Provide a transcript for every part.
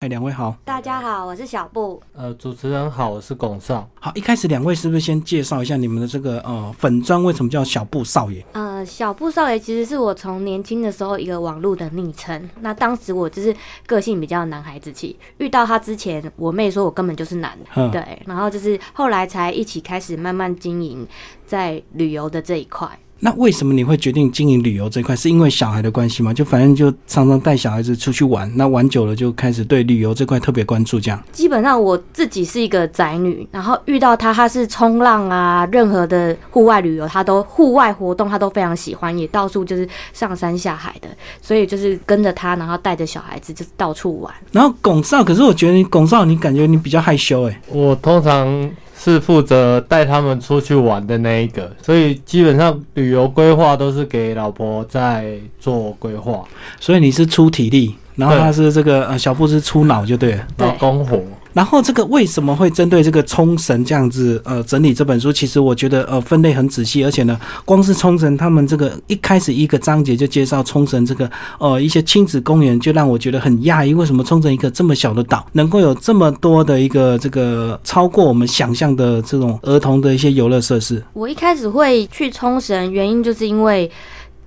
哎，两位好。大家好，我是小布。呃，主持人好，我是龚少。好，一开始两位是不是先介绍一下你们的这个呃粉砖为什么叫小布少爷？呃，小布少爷其实是我从年轻的时候一个网络的昵称。那当时我就是个性比较男孩子气，遇到他之前，我妹说我根本就是男的，嗯对。然后就是后来才一起开始慢慢经营在旅游的这一块。那为什么你会决定经营旅游这一块？是因为小孩的关系吗？就反正就常常带小孩子出去玩，那玩久了就开始对旅游这块特别关注，这样。基本上我自己是一个宅女，然后遇到他，他是冲浪啊，任何的户外旅游，他都户外活动他都非常喜欢，也到处就是上山下海的，所以就是跟着他，然后带着小孩子就是到处玩。然后龚少，可是我觉得你龚少，你感觉你比较害羞哎、我通常是负责带他们出去玩的那一个，所以基本上旅游规划都是给老婆在做规划，所以你是出体力，然后对他是这个呃小布是出脑就对了。对然后公活。然后这个为什么会针对这个冲绳这样子呃整理这本书？其实我觉得呃分类很仔细，而且呢，光是冲绳他们这个一开始一个章节就介绍冲绳这个呃一些亲子公园，就让我觉得很讶异，为什么冲绳一个这么小的岛能够有这么多的一个这个超过我们想象的这种儿童的一些游乐设施？我一开始会去冲绳，原因就是因为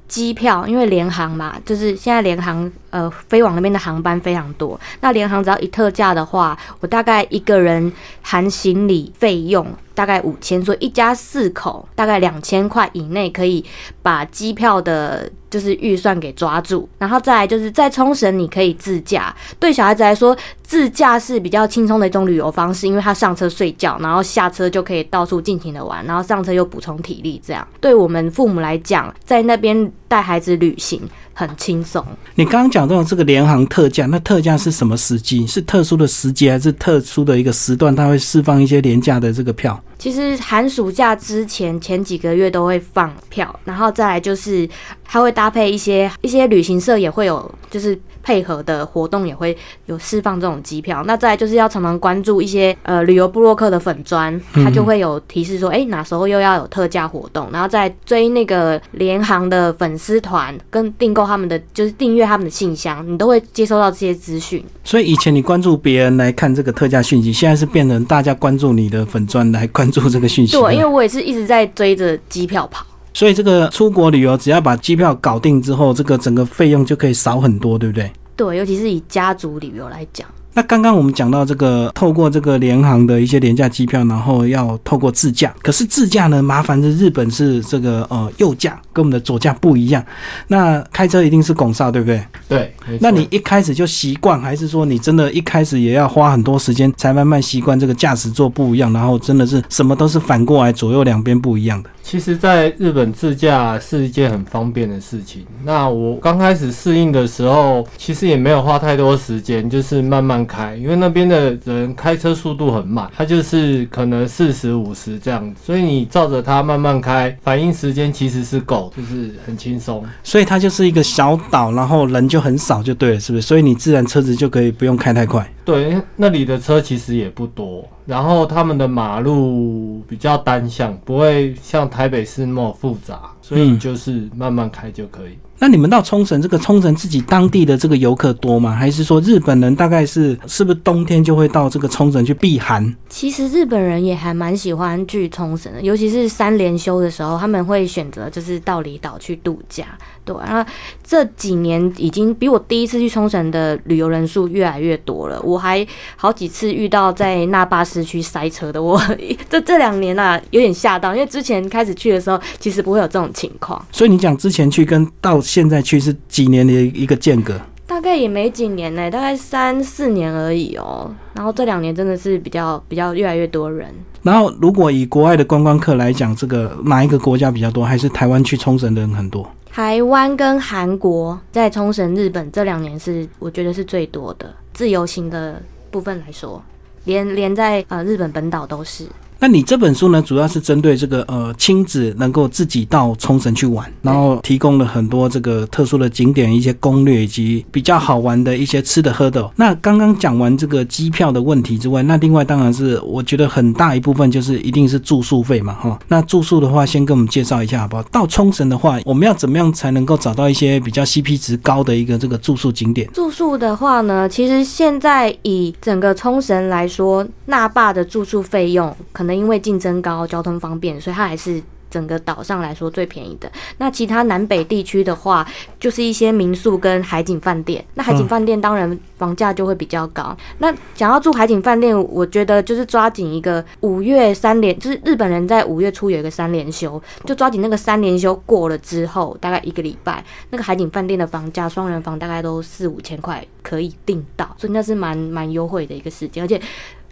机票，因为联航嘛，就是现在联航呃飞往那边的航班非常多。那联航只要一特价的话，我大概一个人含行李费用大概五千，所以一家四口大概两千块以内可以把机票的。就是预算给抓住，然后再来就是在冲绳你可以自驾，对小孩子来说，自驾是比较轻松的一种旅游方式，因为他上车睡觉，然后下车就可以到处尽情的玩，然后上车又补充体力，这样对我们父母来讲，在那边带孩子旅行很轻松。你刚刚讲到这个联航特价，那特价是什么时机？是特殊的时节还是特殊的一个时段？它会释放一些廉价的这个票？其实寒暑假之前前几个月都会放票，然后再来就是它会搭配一些一些旅行社也会有就是配合的活动也会有释放这种机票。那再来就是要常常关注一些呃旅游部落客的粉砖，它就会有提示说，哎、哪时候又要有特价活动，然后再追那个联航的粉丝团跟订购他们的就是订阅他们的信箱，你都会接收到这些资讯。所以以前你关注别人来看这个特价讯息，现在是变成大家关注你的粉钻来关注这个讯息。对，因为我也是一直在追着机票跑。所以这个出国旅游只要把机票搞定之后，这个整个费用就可以少很多，对不对？对，尤其是以家族旅游来讲。那刚刚我们讲到这个，透过这个联航的一些廉价机票，然后要透过自驾。可是自驾呢，麻烦是日本是这个呃右驾跟我们的左驾不一样，那开车一定是拱煞，对不对？对，没错那你一开始就习惯，还是说你真的一开始也要花很多时间才慢慢习惯这个驾驶座不一样，然后真的是什么都是反过来左右两边不一样的？其实，在日本自驾是一件很方便的事情。那我刚开始适应的时候，其实也没有花太多时间，就是慢慢开，因为那边的人开车速度很慢，他就是可能四十五十这样，所以你照着他慢慢开，反应时间其实是够，就是很轻松。所以它就是一个小岛，然后人就很少，就对了，是不是？所以你自然车子就可以不用开太快。对，因为那里的车其实也不多，然后他们的马路比较单向，不会像台北市那么复杂，所以嗯就是慢慢开就可以。那你们到冲绳，这个冲绳自己当地的这个游客多吗？还是说日本人大概是是不是冬天就会到这个冲绳去避寒？其实日本人也还蛮喜欢去冲绳的，尤其是三连休的时候，他们会选择就是到离岛去度假。对，然后这几年已经比我第一次去冲绳的旅游人数越来越多了。我还好几次遇到在那霸市区塞车的，我 这这两年啊有点吓到，因为之前开始去的时候其实不会有这种情况，所以你讲之前去跟到现在去是几年的一个间隔？大概也没几年呢、大概三四年而已哦。然后这两年真的是比较比较越来越多人。然后，如果以国外的观光客来讲，这个哪一个国家比较多？还是台湾去冲绳的人很多？台湾跟韩国在冲绳、日本这两年是我觉得是最多的自由行的部分来说，连连在呃日本本岛都是。那你这本书呢，主要是针对这个呃亲子能够自己到冲绳去玩，然后提供了很多这个特殊的景点、一些攻略以及比较好玩的一些吃的喝的哦。那刚刚讲完这个机票的问题之外，那另外当然是我觉得很大一部分就是一定是住宿费嘛哈。那住宿的话，先跟我们介绍一下好不好？到冲绳的话，我们要怎么样才能够找到一些比较 CP 值高的一个这个住宿景点？住宿的话呢，其实现在以整个冲绳来说，那霸的住宿费用可能因为竞争高、交通方便，所以它还是。整个岛上来说最便宜的，那其他南北地区的话，就是一些民宿跟海景饭店。那海景嗯饭店当然房价就会比较高。那想要住海景饭店，我觉得就是抓紧一个五月三连，就是日本人在五月初有一个三连休，就抓紧那个三连休过了之后，大概一个礼拜，那个海景饭店的房价，双人房大概都四五千块可以订到，所以那是蛮蛮优惠的一个时间，而且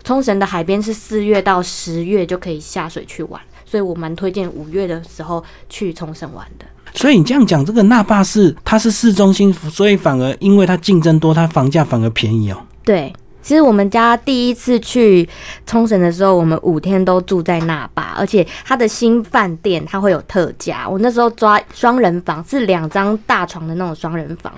冲绳的海边是四月到十月就可以下水去玩，所以我蛮推荐五月的时候去冲绳玩的。所以你这样讲，这个那霸是它是市中心，所以反而因为它竞争多，它房价反而便宜哦。对，其实我们家第一次去冲绳的时候，我们五天都住在那霸，而且它的新饭店它会有特价。我那时候抓双人房是两张大床的那种双人房，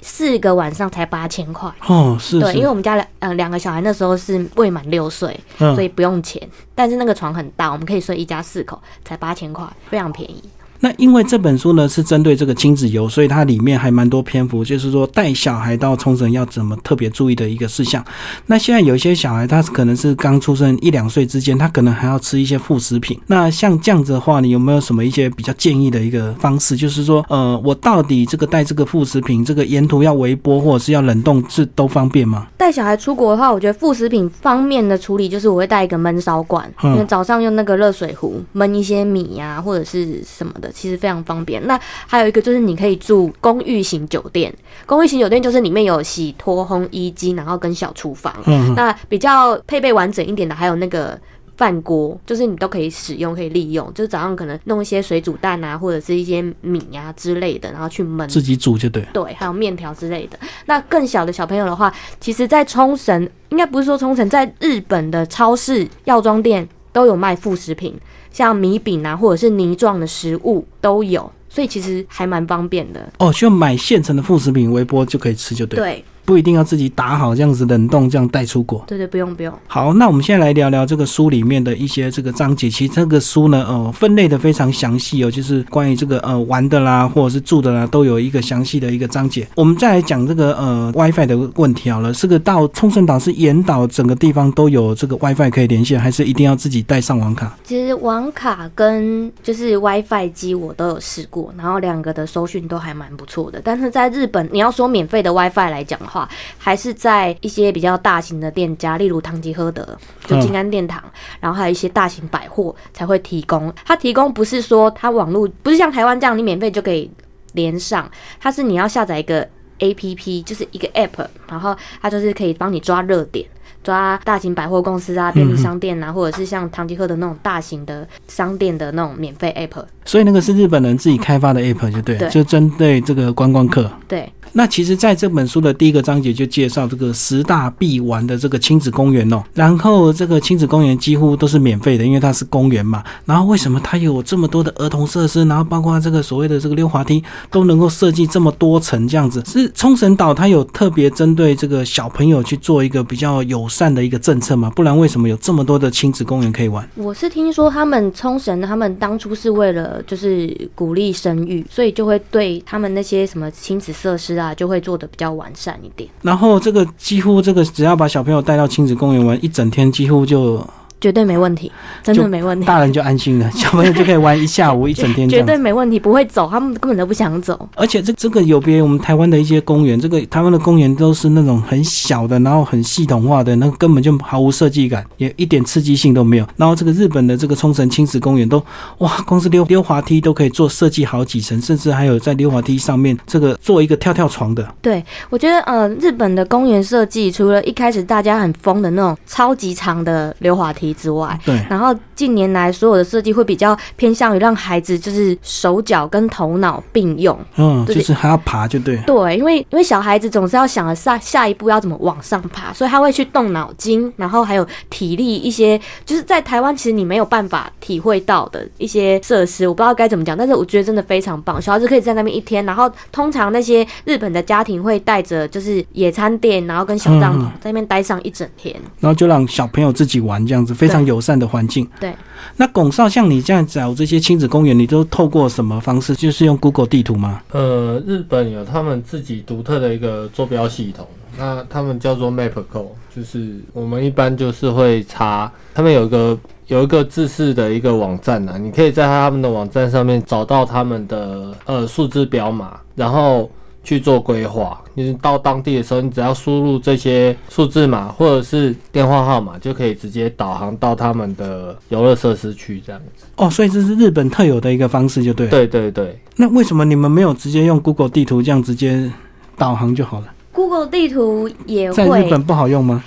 四个晚上才八千块。哦，是对，是因为我们家两呃两个小孩那时候是未满六岁，嗯所以不用钱。但是那个床很大，我们可以睡一家四口，才八千块，非常便宜。那因为这本书呢是针对这个亲子游，所以它里面还蛮多篇幅，就是说带小孩到冲绳要怎么特别注意的一个事项。那现在有一些小孩他可能是刚出生一两岁之间，他可能还要吃一些副食品。那像这样子的话，你有没有什么一些比较建议的一个方式？就是说，呃，我到底这个带这个副食品，这个沿途要微波或者是要冷冻，是都方便吗？带小孩出国的话，我觉得副食品方面的处理就是我会带一个焖烧罐，嗯因为早上用那个热水壶焖一些米呀、或者是什么的，其实非常方便。那还有一个就是你可以住公寓型酒店，公寓型酒店就是里面有洗脱烘衣机，然后跟小厨房。嗯，那比较配备完整一点的，还有那个饭锅，就是你都可以使用，可以利用。就是早上可能弄一些水煮蛋啊，或者是一些米啊之类的，然后去焖。自己煮就对。对，还有面条之类的。那更小的小朋友的话，其实，在冲绳应该不是说冲绳，在日本的超市、药妆店都有卖副食品，像米饼啊，或者是泥状的食物都有，所以其实还蛮方便的。哦，就买现成的副食品微波就可以吃就对，对不一定要自己打好这样子冷冻这样带出国。对对，不用不用。好，那我们现在来聊聊这个书里面的一些这个章节。其实这个书呢，呃，分类的非常详细哦，就是关于这个呃玩的啦，或者是住的啦，都有一个详细的一个章节。我们再来讲这个呃 WiFi 的问题好了。这个到冲绳岛是沿岛整个地方都有这个 WiFi 可以连线，还是一定要自己带上网卡？其实网卡跟就是 WiFi 机我都有试过，然后两个的搜讯都还蛮不错的。但是在日本，你要说免费的 WiFi 来讲的话，还是在一些比较大型的店家，例如唐吉诃德、就金安殿堂，然后还有一些大型百货才会提供。它提供不是说它网络不是像台湾这样你免费就可以连上，它是你要下载一个 A P P，就是一个 App，然后它就是可以帮你抓热点。抓大型百货公司啊、便利商店啊，或者是像唐吉诃德那种大型的商店的那种免费 app，所以那个是日本人自己开发的 app 就对了，对就针对这个观光客。对，那其实，在这本书的第一个章节就介绍这个十大必玩的这个亲子公园哦。然后，这个亲子公园几乎都是免费的，因为它是公园嘛。然后，为什么它有这么多的儿童设施？然后，包括这个所谓的这个溜滑梯，都能够设计这么多层这样子？是冲绳岛它有特别针对这个小朋友去做一个比较友善的一个政策嘛？不然为什么有这么多的亲子公园可以玩？我是听说他们冲绳，他们当初是为了就是鼓励生育，所以就会对他们那些什么亲子设施啊，就会做的比较完善一点，然后，这个几乎这个只要把小朋友带到亲子公园玩一整天，几乎就绝对没问题，真的没问 题，大人就安心了，小朋友就可以玩一下午一整天这绝样子对。没问题，不会走，他们根本都不想走。而且这这个有别于我们台湾的一些公园，这个台湾的公园都是那种很小的，然后很系统化的，那根本就毫无设计感，也一点刺激性都没有。然后这个日本的这个冲绳亲子公园都，哇，光是溜溜滑梯都可以做设计好几层，甚至还有在溜滑梯上面这个做一个跳跳床的。对，我觉得呃，日本的公园设计除了一开始大家很疯的那种超级长的溜滑梯，题之外，对，然后近年来所有的设计会比较偏向于让孩子就是手脚跟头脑并用。嗯，对就是还要爬，就对，对，因为因为小孩子总是要想着下下一步要怎么往上爬，所以他会去动脑筋，然后还有体力一些，就是在台湾其实你没有办法体会到的一些设施，我不知道该怎么讲，但是我觉得真的非常棒，小孩子可以在那边一天，然后通常那些日本的家庭会带着就是野餐垫，然后跟小帐篷嗯在那边待上一整天。然后就让小朋友自己玩这样子，非常对友善的环境。对，那龚少像你这样找这些亲子公园，你都透过什么方式？就是用 Google 地图吗？呃，日本有他们自己独特的一个坐标系统，那他们叫做 MapCo，就是我们一般就是会查，他们有一个有一个自式的一个网站啊，你可以在他们的网站上面找到他们的呃数字标码，然后去做规划。你到当地的时候，你只要输入这些数字码或者是电话号码，就可以直接导航到他们的游乐设施去这样子。哦，所以这是日本特有的一个方式，就对。。对对对。那为什么你们没有直接用 Google 地图这样直接导航就好了？ Google 地图也在会日，本不好用吗？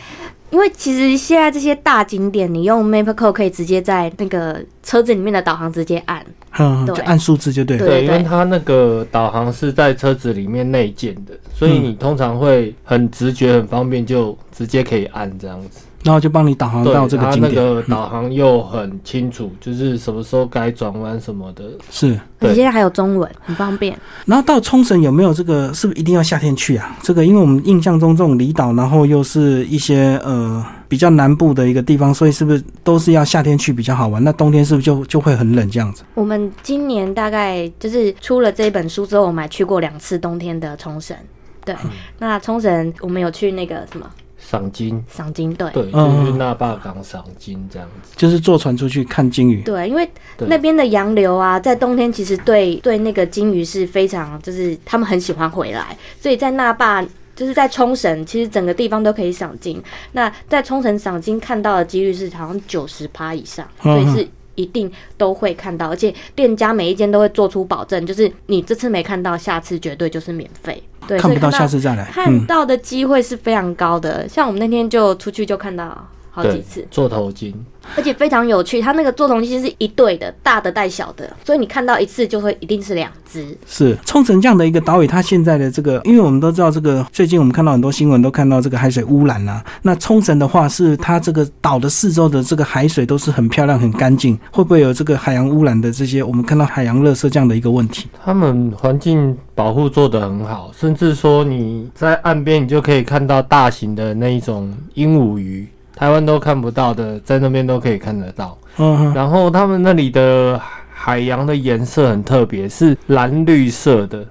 因为其实现在这些大景点，你用 MapCo 可以直接在那个车子里面的导航直接按。嗯，对就按数字就对。对因为它那个导航是在车子里面内建的，所以嗯你通常会很直觉、很方便，就直接可以按这样子。然后就帮你导航对，到这个它景那点。个嗯导航又很清楚，就是什么时候该转弯什么的。是。而对且现在还有中文，很方便。然后到冲绳有没有这个？是不是一定要夏天去啊？这个，因为我们印象中这种离岛，然后又是一些呃比较南部的一个地方，所以是不是都是要夏天去比较好玩？那冬天是不是就就会很冷这样子？我们今年大概就是出了这本书之后，我们还去过两次冬天的冲绳。对，那冲绳我们有去那个什么赏金，赏金队。对，嗯就是那霸港赏金这样子。就是坐船出去看鲸鱼。对，因为对那边的洋流啊，在冬天其实对对那个金鱼是非常，就是他们很喜欢回来，所以在那霸。就是在冲绳，其实整个地方都可以赏金。那在冲绳赏金看到的几率是好像九十趴以上，所以嗯是一定都会看到，而且店家每一间都会做出保证，就是你这次没看到，下次绝对就是免费。对，看所以不到，看下次再来。看嗯，到的机会是非常高的。像我们那天就出去就看到好几对次，，做头巾，而且非常有趣，它那个做东西是一对的，大的带小的，所以你看到一次就会一定是两只。是冲绳这样的一个岛屿，它现在的这个，因为我们都知道这个，最近我们看到很多新闻都看到这个海水污染啦、啊那冲绳的话，是它这个岛的四周的这个海水都是很漂亮、很干净，会不会有这个海洋污染的这些？我们看到海洋垃圾这样的一个问题？他们环境保护做得很好，甚至说你在岸边，你就可以看到大型的那一种鹦鹉鱼，台湾都看不到的，在那边都可以看得到。嗯哼。然后他们那里的海洋的颜色很特别，是蓝绿色的，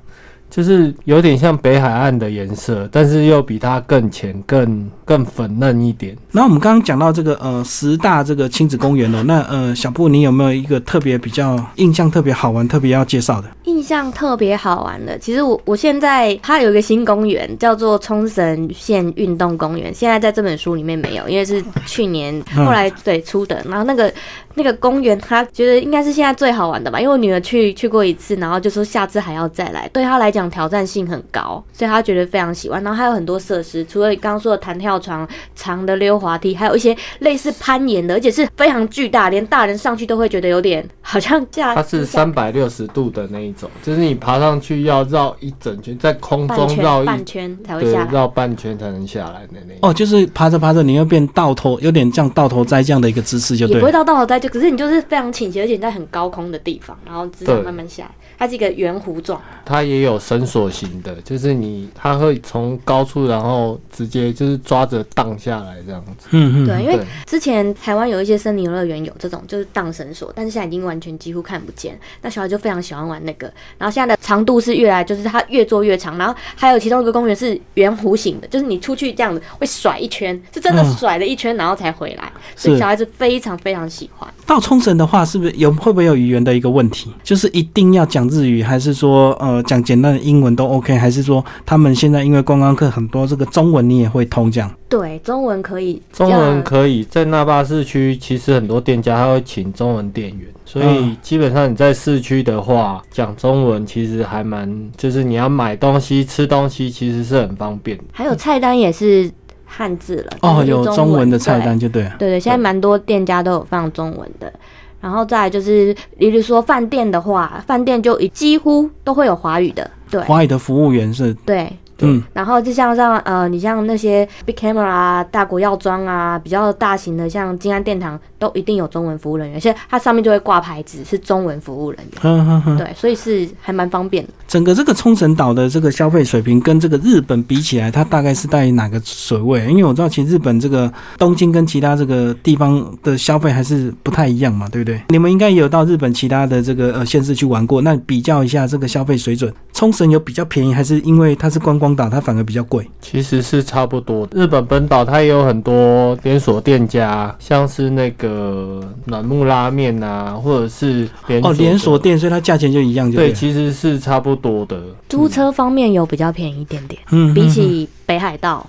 就是有点像北海岸的颜色，但是又比它更浅、更更粉嫩一点。然后我们刚刚讲到这个呃十大这个亲子公园哦，那呃小布你有没有一个特别比较印象特别好玩、特别要介绍的？印象特别好玩的，其实我我现在它有一个新公园叫做冲绳县运动公园，现在在这本书里面没有，因为是去年嗯后来对出的。然后那个那个公园，他觉得应该是现在最好玩的吧，因为我女儿去去过一次，然后就说下次还要再来，对她来讲挑战性很高，所以她觉得非常喜欢。然后还有很多设施，除了你刚刚说的弹跳床、长的溜滑梯，还有一些类似攀岩的，而且是非常巨大，连大人上去都会觉得有点好像架它是三百六十度的那一种，就是你爬上去要绕一整圈，在空半中绕圈一半圈才会对下来。绕半圈才能下来的那一种。哦，就是爬着爬着你又变倒头，有点像倒头栽这样的一个姿势就也对不会了。到到头栽，就可是你就是非常倾斜，而且你在很高空的地方，然后只想慢慢下来。它是一个圆弧状，它也有绳索型的，就是你它会从高处然后直接就是抓着荡下来这样子。嗯对，嗯，因为对之前台湾有一些森林游乐园有这种就是荡绳索，但是现在已经完全几乎看不见。那小孩就非常喜欢玩那个，然后现在的长度是越来就是它越做越长，然后还有其中一个公园是圆弧形的，就是你出去这样子会甩一圈，是真的嗯甩了一圈然后才回来，所以是小孩子非常非常喜欢。到冲绳的话，是不是有会不会有语言的一个问题？就是一定要讲日语，还是说呃讲简单的英文都 OK？还是说他们现在因为观光客很多，这个中文你也会通这样？对，中文可以，中要文可以在那霸市区，其实很多店家他会请中文店员，所以嗯基本上你在市区的话，讲中文其实还蛮，就是你要买东西、吃东西，其实是很方便的。还有菜单也是汉字了，但哦，是有是中文的对菜单就对了。对对，现在蛮多店家都有放中文的。然后再来就是，例如说饭店的话，饭店就一几乎都会有华语的，对华语的服务员是，对。嗯，然后就像像呃，你像那些 Big Camera 啊、大国药妆啊，比较大型的，像金安殿堂，都一定有中文服务人员，而且它上面就会挂牌子是中文服务人员，呵呵呵。对，所以是还蛮方便的。整个这个冲绳岛的这个消费水平跟这个日本比起来，它大概是在哪个水位？因为我知道，其实日本这个东京跟其他这个地方的消费还是不太一样嘛，对不对？你们应该也有到日本其他的这个呃县市去玩过，那比较一下这个消费水准，冲绳有比较便宜，还是因为它是观光岛，它反而比较贵？其实是差不多的。日本本岛它也有很多连锁店家，像是那个软木拉面啊，或者是连哦，的连锁店，所以它价钱就一样就对，对了。其实是差不多的。租车方面有比较便宜一点点，嗯，嗯比嗯起北海道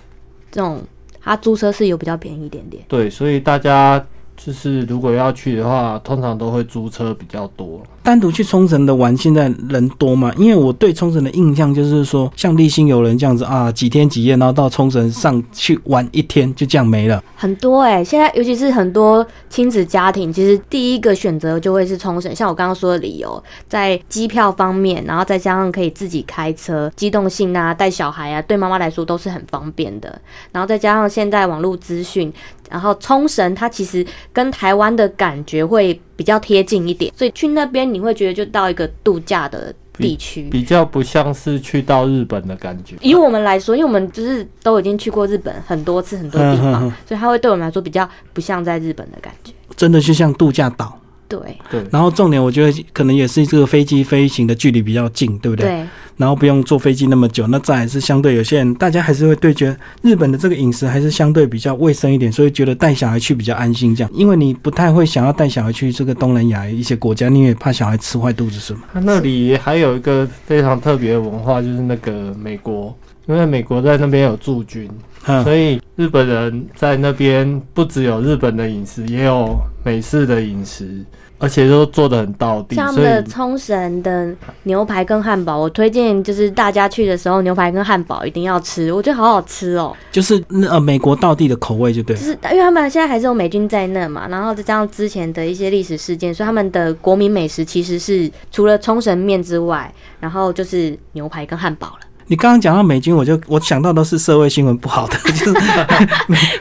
这种，它租车是有比较便宜一点点。对，所以大家就是如果要去的话，通常都会租车比较多。单独去冲绳的玩，现在人多吗？因为我对冲绳的印象就是说，像立新有人这样子啊，几天几夜，然后到冲绳上去玩一天，就这样没了。很多哎、现在尤其是很多亲子家庭，其实第一个选择就会是冲绳。像我刚刚说的理由，在机票方面，然后再加上可以自己开车，机动性啊，带小孩啊，对妈妈来说都是很方便的。然后再加上现在网络资讯，然后冲绳它其实跟台湾的感觉会比较贴近一点，所以去那边你会觉得就到一个度假的地区。比较不像是去到日本的感觉。以我们来说，因为我们就是都已经去过日本很多次很多地嗯嗯方嗯，所以它会对我们来说比较不像在日本的感觉。真的就像度假岛，对对，然后重点我觉得可能也是这个飞机飞行的距离比较近，对不对？对，然后不用坐飞机那么久，那再来是相对有些人大家还是会对觉得日本的这个饮食还是相对比较卫生一点，所以觉得带小孩去比较安心这样，因为你不太会想要带小孩去这个东南亚一些国家，你也怕小孩吃坏肚子是吗？它那里还有一个非常特别的文化，就是那个美国，因为美国在那边有驻军，嗯，所以日本人在那边不只有日本的饮食，也有美式的饮食，而且都做的很到地，像他所们的以冲绳的牛排跟汉堡，我推荐就是大家去的时候，牛排跟汉堡一定要吃，我觉得好好吃哦。就是呃美国道地的口味就对了就。是因为他们现在还是有美军在那嘛，然后再加上之前的一些历史事件，所以他们的国民美食其实是除了冲绳面之外，然后就是牛排跟汉堡了。你刚刚讲到美军，我就我想到都是社会新闻不好的， 就是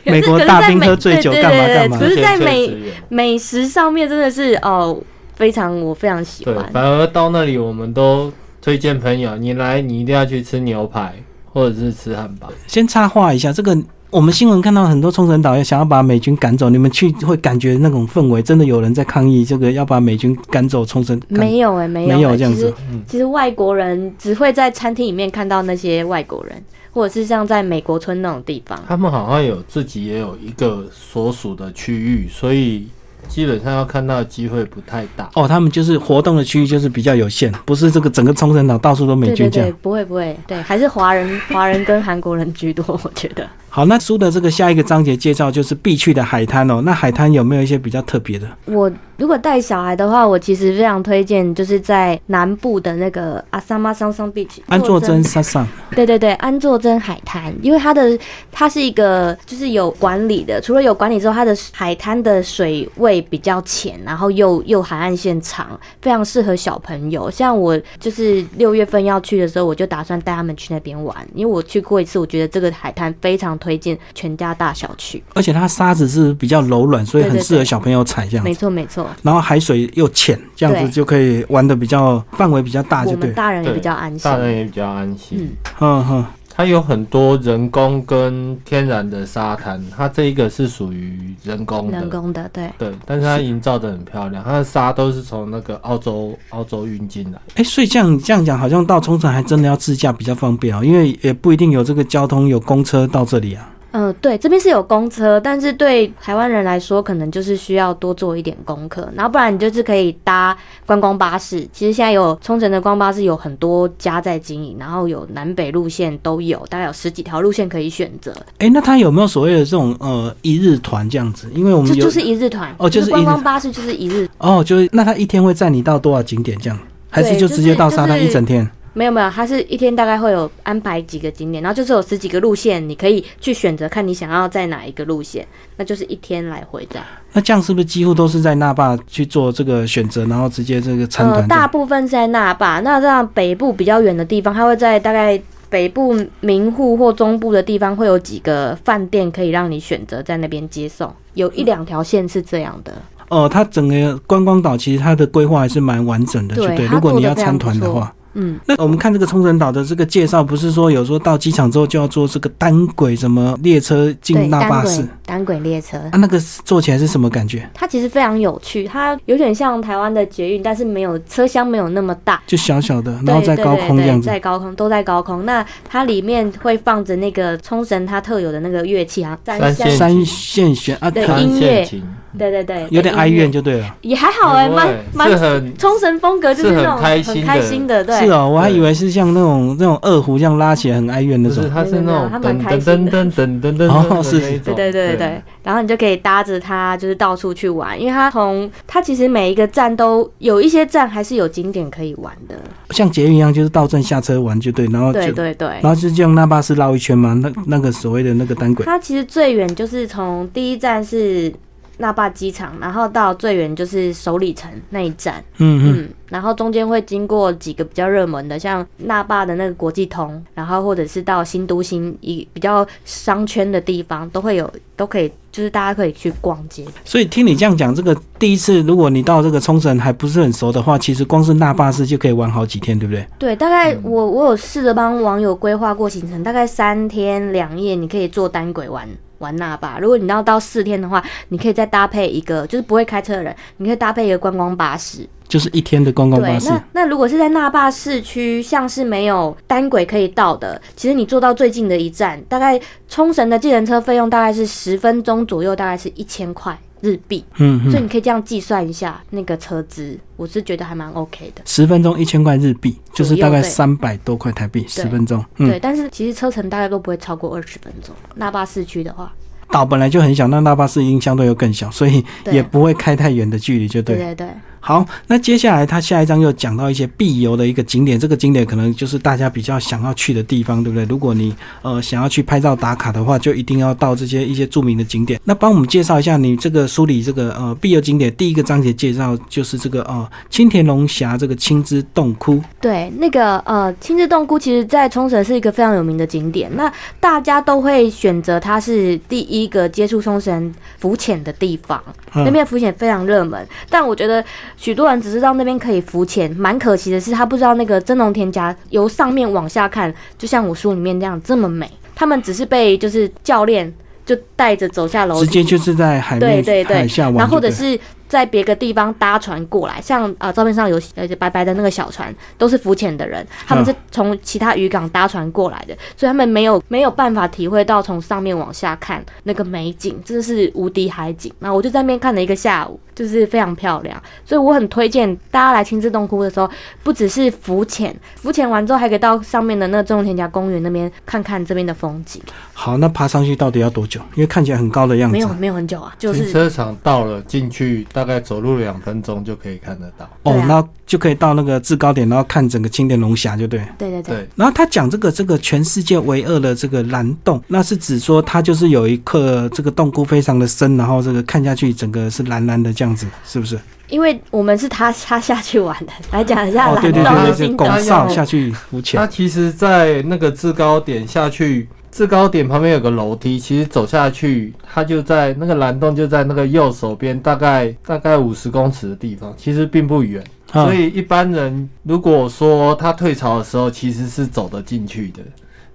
美国可是大在兵美喝醉酒对对干嘛对干嘛可。是在天确美实有美食上面真的是哦，非常我非常喜对欢，。反而到那里我们都推荐朋友，你来你一定要去吃牛排或者是吃汉堡。先插话一下，这个我们新闻看到很多冲绳岛想要把美军赶走，你们去会感觉那种氛围，真的有人在抗议这个要把美军赶走冲绳？赶没有哎、没有、欸，没有这样其实子嗯其实外国人只会在餐厅里面看到那些外国人，或者是像在美国村那种地方。他们好像有自己也有一个所属的区域，所以基本上要看到的机会不太大。哦，他们就是活动的区域就是比较有限，不是这个整个冲绳岛到处都美对对军这样对，。不会不会，对，还是 华人华人跟韩国人居多，我觉得。好，那书的这个下一个章节介绍就是必去的海滩哦。那海滩有没有一些比较特别的？我如果带小孩的话，我其实非常推荐，就是在南部的那个阿萨玛桑桑 beach 安坐真沙上，对对对，安坐真海滩，因为它的它是一个就是有管理的，除了有管理之后，它的海滩的水位比较浅，然后又又海岸线长，非常适合小朋友。像我就是六月份要去的时候，我就打算带他们去那边玩，因为我去过一次，我觉得这个海滩非常推荐全家大小去。而且它沙子是比较柔软，所以很适合小朋友踩这样子。没错没错，然后海水又浅，这样子对就可以玩的比较范围比较大，我就对们了。大人也比较安心大。人也比较安心。嗯嗯哼，它有很多人工跟天然的沙滩，它这一个是属于人工的，人工的对，对，但是它营造的很漂亮，它的沙都是从那个澳洲澳洲运进来，哎，所以这样这样讲，好像到冲绳还真的要自驾比较方便哦，因为也不一定有这个交通有公车到这里啊。嗯，对，这边是有公车，但是对台湾人来说，可能就是需要多做一点功课，然后不然你就是可以搭观光巴士。其实现在有冲绳的观光巴士有很多家在经营，然后有南北路线都有，大概有十几条路线可以选择。哎，那它有没有所谓的这种呃一日团这样子？因为我这们有啊就是一日团哦就是一日观光巴士就是一日，哦，就是那它一天会载你到多少景点这样？还是对就就直接是到就沙滩是一整天？没有没有，它是一天大概会有安排几个景点，然后就是有十几个路线，你可以去选择看你想要在哪一个路线，那就是一天来回这样。那这样是不是几乎都是在那霸去做这个选择，然后直接这个参团呃，这大样？部分是在那霸，那这样北部比较远的地方，它会在大概北部名户或中部的地方会有几个饭店可以让你选择在那边接送，有一两条线是这样的。哦，它整个观光岛其实它的规划还是蛮完整的，对就对。它如果做你得要非常参团的不错话，嗯，那我们看这个冲绳岛的这个介绍，不是说有说到机场之后就要坐这个单轨什么列车对，进那单霸市轨单轨列车。啊？那个是坐起来是什么感觉？它其实非常有趣，它有点像台湾的捷运，但是没有车厢没有那么大，就小小的，然对后在高空这对对样对，子。在高空都在高空。那它里面会放着那个冲绳它特有的那个乐器啊，三三线三线弦啊，对它音乐陷阱对对对，有点哀音乐怨就对了。也还好哎、不蛮会是蛮很冲绳风格就是那种是很开心的很啊开心的，对，是哦，我还以为是像那种那种二胡这样拉起来很哀怨那就种是。它是那没有没种噔有它蛮开噔心噔的噔噔噔噔哦噔是的那一对种，对对对，然后你就可以搭着它，就是到处去玩，因为它从它其实每一个站都有一些站还是有景点可以玩的，像捷运一样，就是到站下车玩就对，哦然后就对对对然。后就这样那巴士绕一圈嘛，那那个所谓的那个单轨，它其实最远就是从第一站是那霸机场，然后到最远就是首里城那一站，嗯嗯，嗯，然后中间会经过几个比较热门的，像那霸的那个国际通，然后或者是到新都心一比较商圈的地方，都会有都可以，就是大家可以去逛街。所以听你这样讲，这个第一次如果你到这个冲绳还不是很熟的话，其实光是那巴士就可以玩好几天，对不对？对，大概我我有试着帮网友规划过行程，大概三天两夜，你可以坐单轨玩玩那霸。如果你要到四天的话，你可以再搭配一个，就是不会开车的人，你可以搭配一个观光巴士。就是一天的观光巴对，士，那那如果是在那霸市区，像是没有单轨可以到的，其实你坐到最近的一站，大概冲绳的计程车费用大概是十分钟左右，大概是一千块日币，嗯所以嗯，你可以这样计算一下那个车资，我是觉得还蛮 OK 的。十分钟一千块日币，就是大概左右对三百多块台币，十分钟，嗯对，，但是其实车程大概都不会超过二十分钟。那霸市区的话，岛本来就很小，那那巴士音相对又更小，所以对也不会开太远的距离，就对对了。对对，好，那接下来他下一章又讲到一些必游的一个景点，这个景点可能就是大家比较想要去的地方，对不对？如果你呃想要去拍照打卡的话，就一定要到这些一些著名的景点。那帮我们介绍一下你这个梳理这个呃必游景点，第一个章节介绍就是这个呃青田龙峡这个青之洞窟，对，那个呃，青之洞窟其实在冲绳是一个非常有名的景点，那大家都会选择它是第一个接触冲绳浮潜的地方，嗯那边浮潜非常热门。但我觉得许多人只知道那边可以浮潜，蛮可惜的是他不知道那个真龙田夹由上面往下看，就像我书里面那样这么美。他们只是被就是教练就带着走下楼直接，梯就是在海面对对对海下玩，然后或者对不对是在别个地方搭船过来，像啊、呃照片上有呃白白的那个小船，都是浮潜的人，他们嗯是从其他渔港搭船过来的，所以他们没有没有办法体会到从上面往下看那个美景，真的是无敌海景。那我就在那边看了一个下午，就是非常漂亮，所以我很推荐大家来青之洞窟的时候，不只是浮潜，浮潜完之后还可以到上面的那个中田家公园那边看看这边的风景，好，那爬上去到底要多久？因为看起来很高的样没有子。没有很久啊，就停是车场到了，进去大概走路两分钟就可以看得到。哦对啊，那就可以到那个制高点，然后看整个青田龙峡，就对了。对对对。对，然后他讲这个这个全世界唯二的这个蓝洞，那是指说它就是有一刻这个洞窟非常的深，然后这个看下去整个是蓝蓝的这样子，是不是？因为我们是他他下去玩的，来讲一下哦，蓝对洞对的对蓝对，是心拱得。洞哨下去浮它潜，其实，在那个制高点下去，制高点旁边有个楼梯，其实走下去，它就在那个蓝洞就在那个右手边，大概大概五十公尺的地方，其实并不远。啊所以一般人如果说他退潮的时候，其实是走得进去的。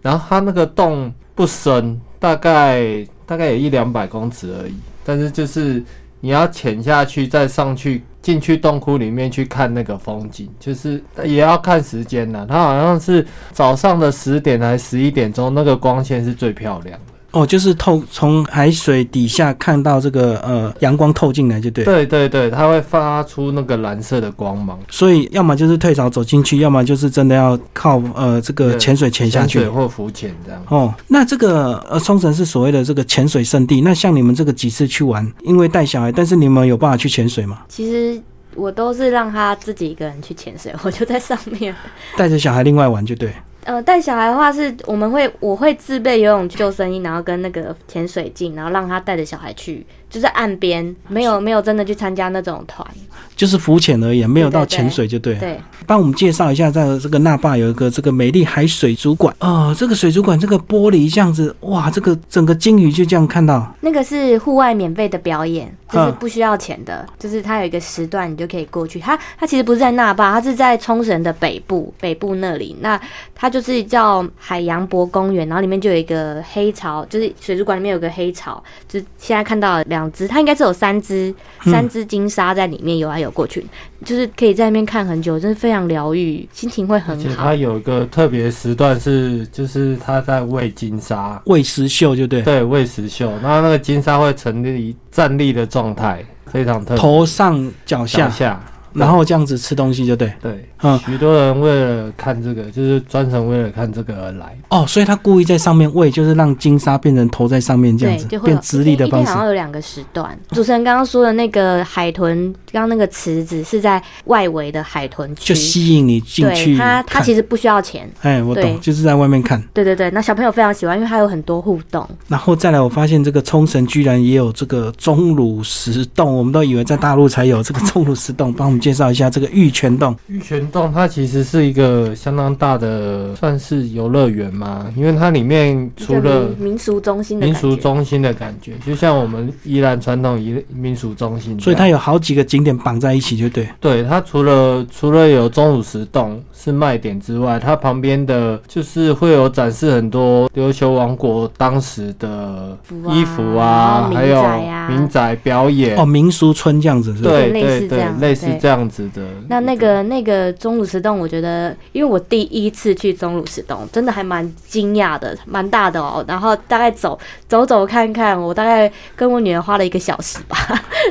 然后它那个洞不深，大概大概也一两百公尺而已，但是就是你要潜下去再上去。进去洞窟里面去看那个风景，就是也要看时间啦。它好像是早上的十点还是十一点钟，那个光线是最漂亮的。哦，就是透从海水底下看到这个呃阳光透进来，就对。对对对，它会发出那个蓝色的光芒，所以要么就是退潮走进去，要么就是真的要靠呃这个对潜水潜下潜去水。或浮潜这样。哦，那这个呃，冲绳是所谓的这个潜水圣地。那像你们这个几次去玩，因为带小孩，但是你们有办法去潜水吗？其实我都是让他自己一个人去潜水，我就在上面。带着小孩另外玩就对。呃，带小孩的话是我们会，我会自备游泳救生衣，然后跟那个潜水镜，然后让他带着小孩去，就是岸边，没有没有真的去参加那种团。就是浮潜而已，啊没有到对对对潜水就对了。对，帮我们介绍一下，在这个那霸有一个这个美丽海水族馆，哦，这个水族馆这个玻璃这样子，哇，这个整个鲸鱼就这样看到，那个是户外免费的表演，就是嗯不需要钱的，就是它有一个时段你就可以过去。它它其实不是在那霸，它是在冲绳的北部，北部那里。那它就是叫海洋博公园，然后里面就有一个黑潮，就是水族馆里面有个黑潮，就是现在看到了两只，它应该是有三只，嗯三只金鲨在里面游来游过去，就是可以在那边看很久，真的非常疗愈，心情会而很且好它。有一个特别时段是，就是它在喂金鲨，喂食秀就对，对，喂石秀，那那个金鲨会成立站立的状态，非常特别，头上脚向下，下，然后这样子吃东西就对，对，嗯，许多人为了看这个，就是专程为了看这个而来。哦，所以他故意在上面喂，就是让金鲨变成头在上面这样对，子就，会有变直立的一方天式好。像有两个时段。主持人刚刚说的那个海豚，刚刚那个池子是在外围的海豚区，就吸引你进去对它，它看其。实不需要钱。哎，我对懂，就是在外面看。对对对，那小朋友非常喜欢，因为它有很多互动。然后再来，我发现这个冲绳居然也有这个钟乳石洞，我们都以为在大陆才有这个钟乳石洞。帮我们介绍一下这个玉泉 洞。玉泉洞它其实是一个相当大的，算是游乐园嘛，因为它里面除一个了民民俗中心的民感觉俗中心的感觉，就像我们依兰传统民民俗中啊心这样，所以它有好几个景点绑在一起，就对。对它除了除了有钟乳石洞是卖点之外，它旁边的就是会有展示很多琉球王国当时的衣服啊，服啊还有民宅啊民宅表演，哦，民俗村这样子是吧？对类似对这对样，类似对这样子的。那那个那个钟乳石洞，我觉得，因为我第一次去钟乳石洞，真的还蛮惊讶的，蛮大的哦。然后大概走走走看看，我大概跟我女儿花了一个小时吧。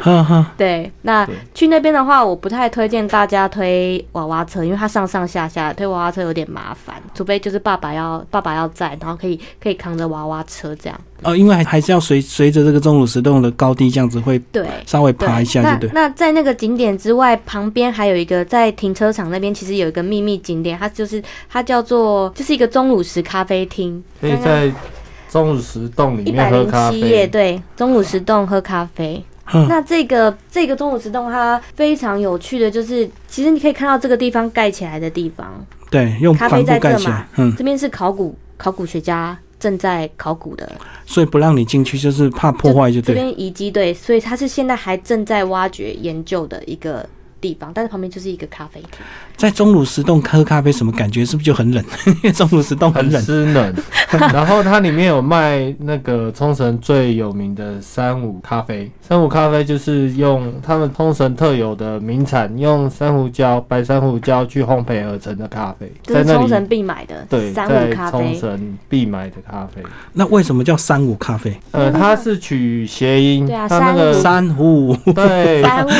呵呵，对，那对去那边的话，我不太推荐大家推娃娃车，因为它上上下下推娃娃车有点麻烦，除非就是爸爸要爸爸要在，然后可以可以扛着娃娃车这样。哦，因为还还是要随随着这个钟乳石洞的高低这样子会对。稍微对爬一下，那就对。那在那个景点之外，旁边还有一个在停车场那边，其实有一个秘密景点，它就是它叫做就是一个钟乳石咖啡厅，可以在钟乳石洞里一面百喝零咖七页啡。对钟乳石洞喝咖啡。哼，那这个这个钟乳石洞它非常有趣的就是，其实你可以看到这个地方盖起来的地方，对，用咖帆啡布在盖这起来嘛，嗯，这边是考古考古学家正在考古的，所以不让你进去，就是怕破坏，就这对。边遗迹对，所以它是现在还正在挖掘研究的一个地方，但是旁边就是一个咖啡厅，在钟乳石洞喝咖啡什么感觉？是不是就很冷？ 因为钟乳石洞很很冷。湿冷， 然后它里面有卖那个冲绳最有名的三五咖啡。三五咖啡就是用他们冲绳特有的名产，用珊瑚礁、白珊瑚礁去烘焙而成的咖啡，就在是那冲绳里必买的对，三五在咖冲啡。绳必买的咖啡。那为什么叫三五咖啡？呃，它是取谐音，对啊它那嗯个三五五， 对，三五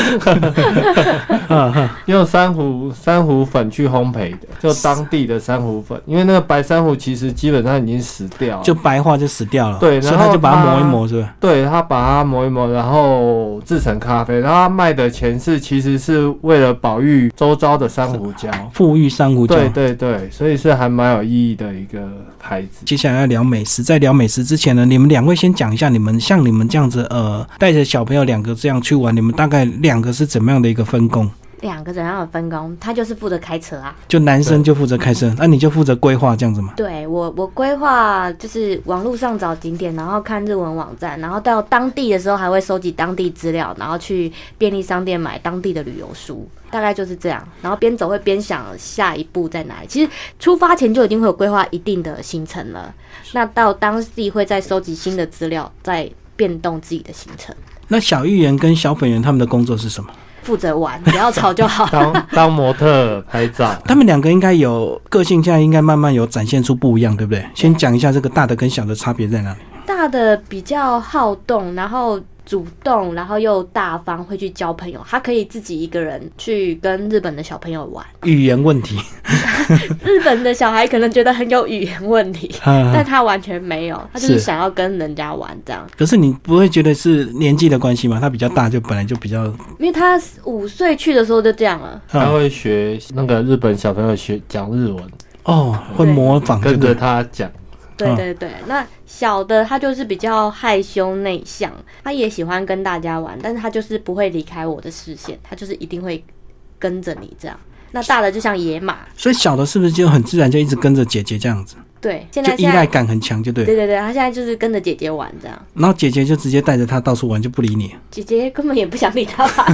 用珊瑚珊瑚粉去烘焙的，就当地的珊瑚粉，因为那个白珊瑚其实基本上已经死掉了，就白化就死掉了。对所以然他后就把它它磨一磨，是吧？对他把它磨一磨，然后制成咖啡，然后他卖的钱是其实是为了保育周遭的珊瑚礁，富裕珊瑚对礁。对对，所以是还蛮有意义的一个牌 子。。接下来要聊美食，在聊美食之前呢，你们两位先讲一下，你们像你们这样子，呃，带着小朋友两个这样去玩，你们大概两个是怎么样的一个分工？两个怎样的分工？他就是负责开车啊。就男生就负责开车，那、你就负责规划这样子嘛？对我，我规划就是网络上找景点，然后看日文网站，然后到当地的时候还会收集当地资料，然后去便利商店买当地的旅游书，大概就是这样。然后边走会边想下一步在哪里。其实出发前就已经会有规划一定的行程了，那到当地会再收集新的资料，再变动自己的行程。那小芋圆跟小粉圆他们的工作是什么？负责玩，不要吵就好当当模特拍照，他们两个应该有个性，现在应该慢慢有展现出不一样，对嗯不对？先讲一下这个大的跟小的差别在哪里？大的比较好动，然后主动，然后又大方，会去交朋友。他可以自己一个人去跟日本的小朋友 玩。语言问题，日本的小孩可能觉得很有语言问题，嗯但他完全没有，他就是是想要跟人家玩这样。可是你不会觉得是年纪的关系吗？他比较大，就本来就比较，因为他五岁去的时候就这样了，他嗯、会学那个日本小朋友学讲日文，哦，会模仿这跟着个，他讲。对嗯对对。那小的他就是比较害羞内向，他也喜欢跟大家玩，但是他就是不会离开我的视线，他就是一定会跟着你这样。那大的就像野马，所以小的是不是就很自然就一直跟着姐姐这样子，对，现就在依现赖在。感很强，就对了。对对对，他现在就是跟着姐姐玩这样，然后姐姐就直接带着他到处玩，就不理你，姐姐根本也不想理他 吧，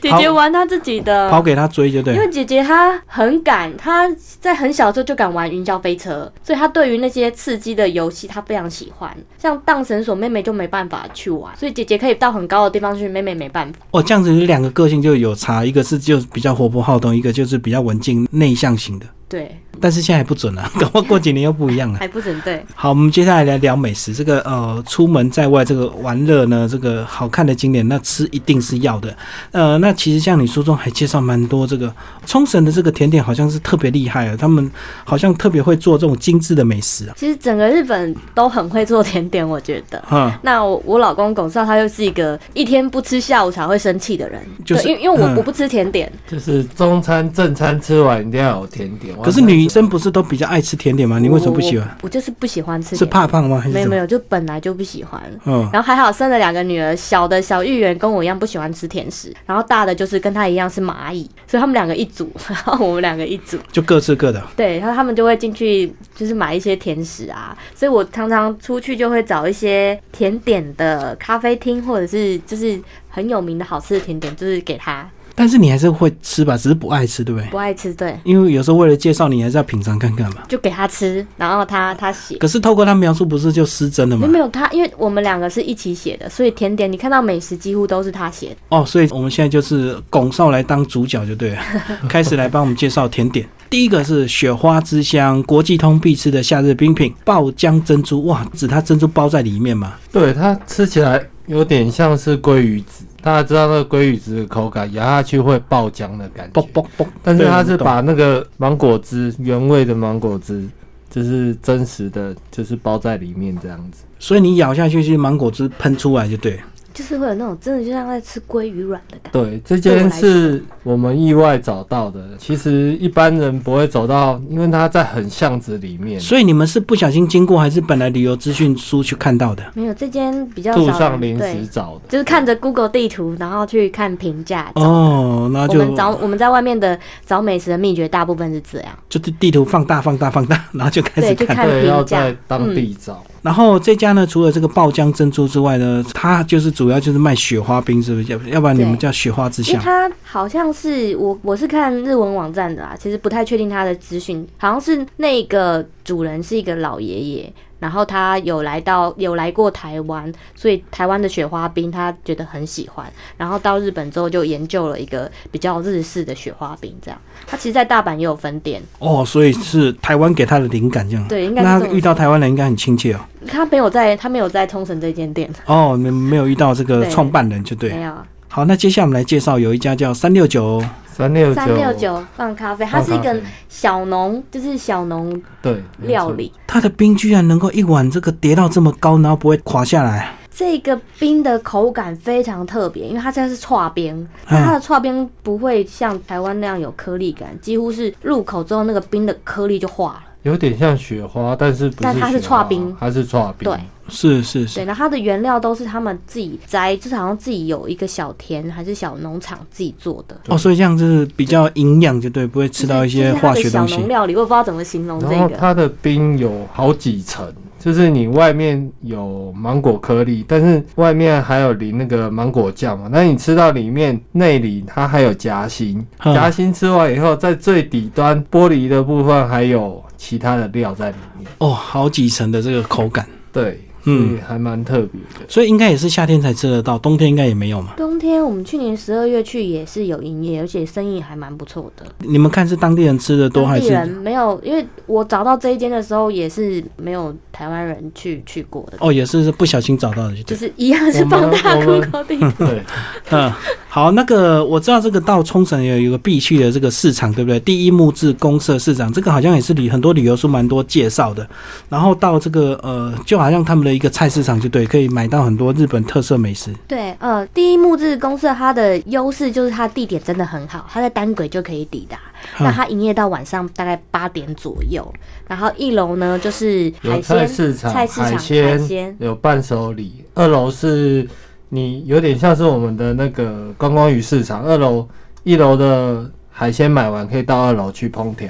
姐姐玩她自己的，跑给他追，就对因了。为姐姐她很敢，她在很小的时候就敢玩云霄飞车，所以她对于那些刺激的游戏她非常喜欢。像荡绳索，妹妹就没办法去玩，所以姐姐可以到很高的地方去，妹妹没办法。哦，这样子你两个个性就有差，一个是就比较活泼好动，一个就是比较文静内向型的。对，但是现在还不准啊，搞不好过几年又不一样了。还不准对。好，我们接下来来聊美食。这个呃，出门在外，这个玩乐呢，这个好看的景点，那吃一定是要的。呃，那其实像你书中还介绍蛮多这个冲绳的这个甜点，好像是特别厉害啊，他们好像特别会做这种精致的美食啊。其实整个日本都很会做甜点，我觉得。哈，那我我老公龚少他又是一个一天不吃下午茶会生气的人，就是对因为因为我、嗯我不吃甜点，就是中餐正餐吃完一定要有甜点。可是女生不是都比较爱吃甜点吗？你为什么不喜我欢？？我我就是不喜欢吃是甜点，怕胖吗？还没是有什没么？有，就本来就不喜欢。嗯，然后还好生了两个女儿，小的小芋圆跟我一样不喜欢吃甜食，然后大的就是跟她一样是蚂蚁，所以他们两个一组， 然后我们两个一组，就各吃各的。对，然后他们就会进去就是买一些甜食啊，所以我常常出去就会找一些甜点的咖啡厅或者是就是很有名的好吃的甜点，就是给他但是你还是会吃吧，只是不爱吃，对不对？不爱吃，对，因为有时候为了介绍你，还是要品尝看看嘛。就给他吃，然后他他写。可是透过他描述，不是就失真了没吗有？没有他，因为我们两个是一起写的，所以甜点你看到美食几乎都是他写的。哦，所以我们现在就是拱少来当主角就对了， 开始来帮我们介绍甜点。第一个是雪花之乡国际通必吃的夏日冰品爆浆珍珠，哇，指它珍珠包在里面嘛？对它吃起来有点像是鲑鱼子，大家知道那个鲑鱼子的口感，咬下去会爆浆的感啵觉。啵啵，但是它是对我们把那个芒果汁原味的芒果汁，就是真实的，就是包在里面这样子。懂，所以你咬下去是芒果汁喷出来就对了。就是会有那种真的就像在吃鲑鱼卵的感觉。对，这间是我们意外找到的。其实一般人不会走到，因为它在很巷子里面，所以你们是不小心经过，还是本来旅游资讯书去看到的？没有，这间比较路少上人临时对，找的。就是看着 Google 地图，然后去看评价。哦，那我就们找我们在外面的找美食的秘诀，大部分是这样。就是地图放大放大放大， 然后就开始对，就看。看对，要评价在。当地找。嗯然后这家呢，除了这个爆浆珍珠之外呢，它就是主要就是卖雪花冰，是不是？要要不然你们对叫雪花之因为乡。它好像是我我是看日文网站的啊，其实不太确定它的资讯，好像是那个主人是一个老爷爷，然后他有来到有来过台湾，所以台湾的雪花冰他觉得很喜欢，然后到日本之后就研究了一个比较日式的雪花冰，这样。他其实，在大阪也有分店，哦，所以是台湾给他的灵感这样。对应该是那这他种遇到台湾人应该很亲切哦。他没有在，他没有在冲绳这间店，哦，你们没有遇到这个对创办人就没对。有好，那接下来我们来介绍有一家叫三六九，三六九，三六，九放咖啡，它是一个小农，就是小农对料。理。它的冰居然能够一碗这个叠到这么高，然后不会垮下来。这个冰的口感非常特别，因为它现在是串冰，嗯但它的串冰不会像台湾那样有颗粒感，几乎是入口之后那个冰的颗粒就化了。有点像雪花，但是不是雪花？但它是刨冰它是刨冰。对是是是。对，然后它的原料都是他们自己摘，就是好像自己有一个小田还是小农场自己做的，哦，所以这样就是比较营养，就对，不会吃到一些就是化学东就是它的西小。农料理，我也不知道怎么形容这然后个。它的冰有好几层，就是你外面有芒果颗粒，但是外面还有淋那个芒果酱嘛。那你吃到里面内里它还有夹心，嗯夹心吃完以后，在最底端玻璃的部分还有其他的料在里面。哦，好几层的这个口感。对，所嗯以还蛮特别的。所以应该也是夏天才吃得到，冬天应该也没有嘛。冬天我们去年十二月去也是有营业，而且生意还蛮不错的。你们看是当地人吃的多还当地人是？没有，因为我找到这一间的时候也是没有台湾人去去过的，哦，也是不小心找到的，就就对。是一样是放大我酷们狗地图。对，嗯，好，那个我知道这个到冲绳有有一个必去的这个市场，对不对？第一木质公社市场，这个好像也是旅很多旅游书蛮多介绍的。然后到这个呃，就好像他们的一个菜市场，就对，可以买到很多日本特色美食。 对，呃，第一木质公社它的优势就是它地点真的很好，它在单轨就可以抵达。那它营业到晚上大概八点左右，然后一楼呢就是海鲜有菜市场、菜市场、海海鲜鲜，，有伴手礼。二楼是你有点像是我们的那个观光鱼市场，二楼一楼的海鲜买完可以到二楼去烹调。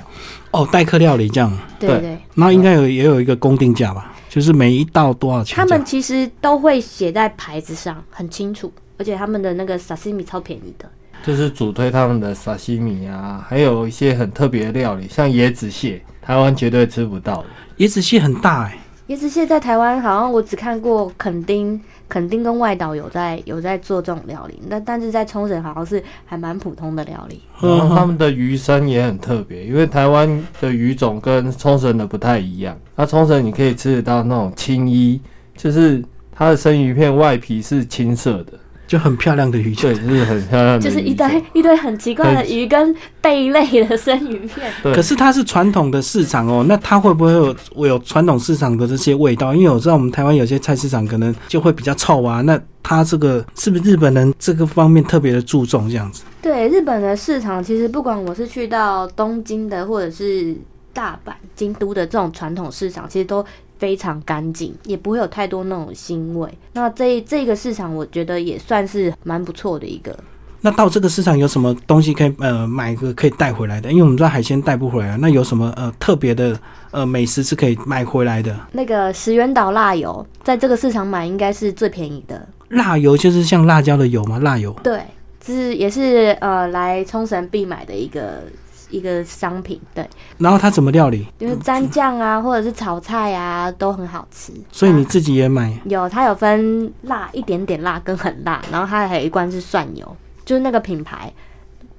哦，代客料理这样，对对对。那应该有也有一个公定价吧，就是每一道多少钱这他样？们其实都会写在牌子上，很清楚，而且他们的那个沙西米超便宜的。就是主推他们的沙西米啊，还有一些很特别的料理，像椰子蟹，台湾绝对吃不到的。椰子蟹很大哎、椰子蟹在台湾好像我只看过垦丁，垦丁跟外岛有在有在做这种料理，那但是在冲绳好像是还蛮普通的料理。然后他们的鱼生也很特别，因为台湾的鱼种跟冲绳的不太一样。那冲绳你可以吃得到那种青衣，就是它的生鱼片外皮是青色 的，就很漂亮的鱼对，就是很漂亮的就是一鱼种堆一堆很奇怪的鱼跟贝类的生鱼片，对可是它是传统的市场哦，那它会不会有我有传统市场的这些味道？因为我知道我们台湾有些菜市场可能就会比较臭啊，那它这个是不是日本人这个方面特别的注重这样子？ 对日本的市场，其实不管我是去到东京的，或者是大阪、京都的这种传统市场，其实都非常干净，也不会有太多那种腥味。那这这个市场，我觉得也算是蛮不错的一个。那到这个市场有什么东西可以呃买个可以带回来的？因为我们知道海鲜带不回来，那有什么呃特别的呃美食是可以买回来的？那个石原岛辣油，在这个市场买应该是最便宜的。辣油就是像辣椒的油嘛，辣油。对，这是也是呃来冲绳必买的一个一个商品。对，然后它怎么料理？因为蘸酱啊，或者是炒菜啊，都很好吃。所以你自己也买。有，它有分辣一点点辣跟很辣，然后它还有一罐是蒜油，就是那个品牌，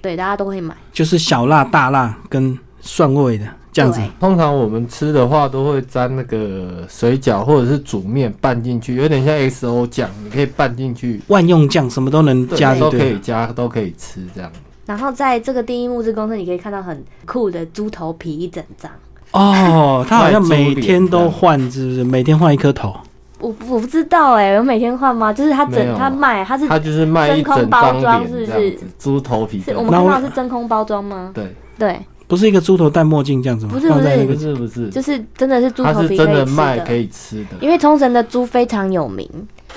对，大家都会买。就是小辣、大辣跟蒜味的这样子。对通常我们吃的话都会沾那个水饺或者是煮面拌进去，有点像 XO 酱，你可以拌进去，万用酱什么都能对加，都就可对以了。加，都可以吃这样。然后在这个第一木质公司，你可以看到很酷的猪头皮一整张。哦，他好像每天都换，是不是？每天换一颗头。我不我不知道哎、我每天换吗？就是它没有啊整它卖，它是 它就是卖一整真空包张装脸是不这是样子，猪头皮是的我。们那看我到的是真空包装吗？对，对，不是一个猪头戴墨镜这样子吗？不是放在那不个不是不是，就是真的是猪嗯它头是皮真可以的吃卖的可。以吃的。因为冲绳的猪非常有名，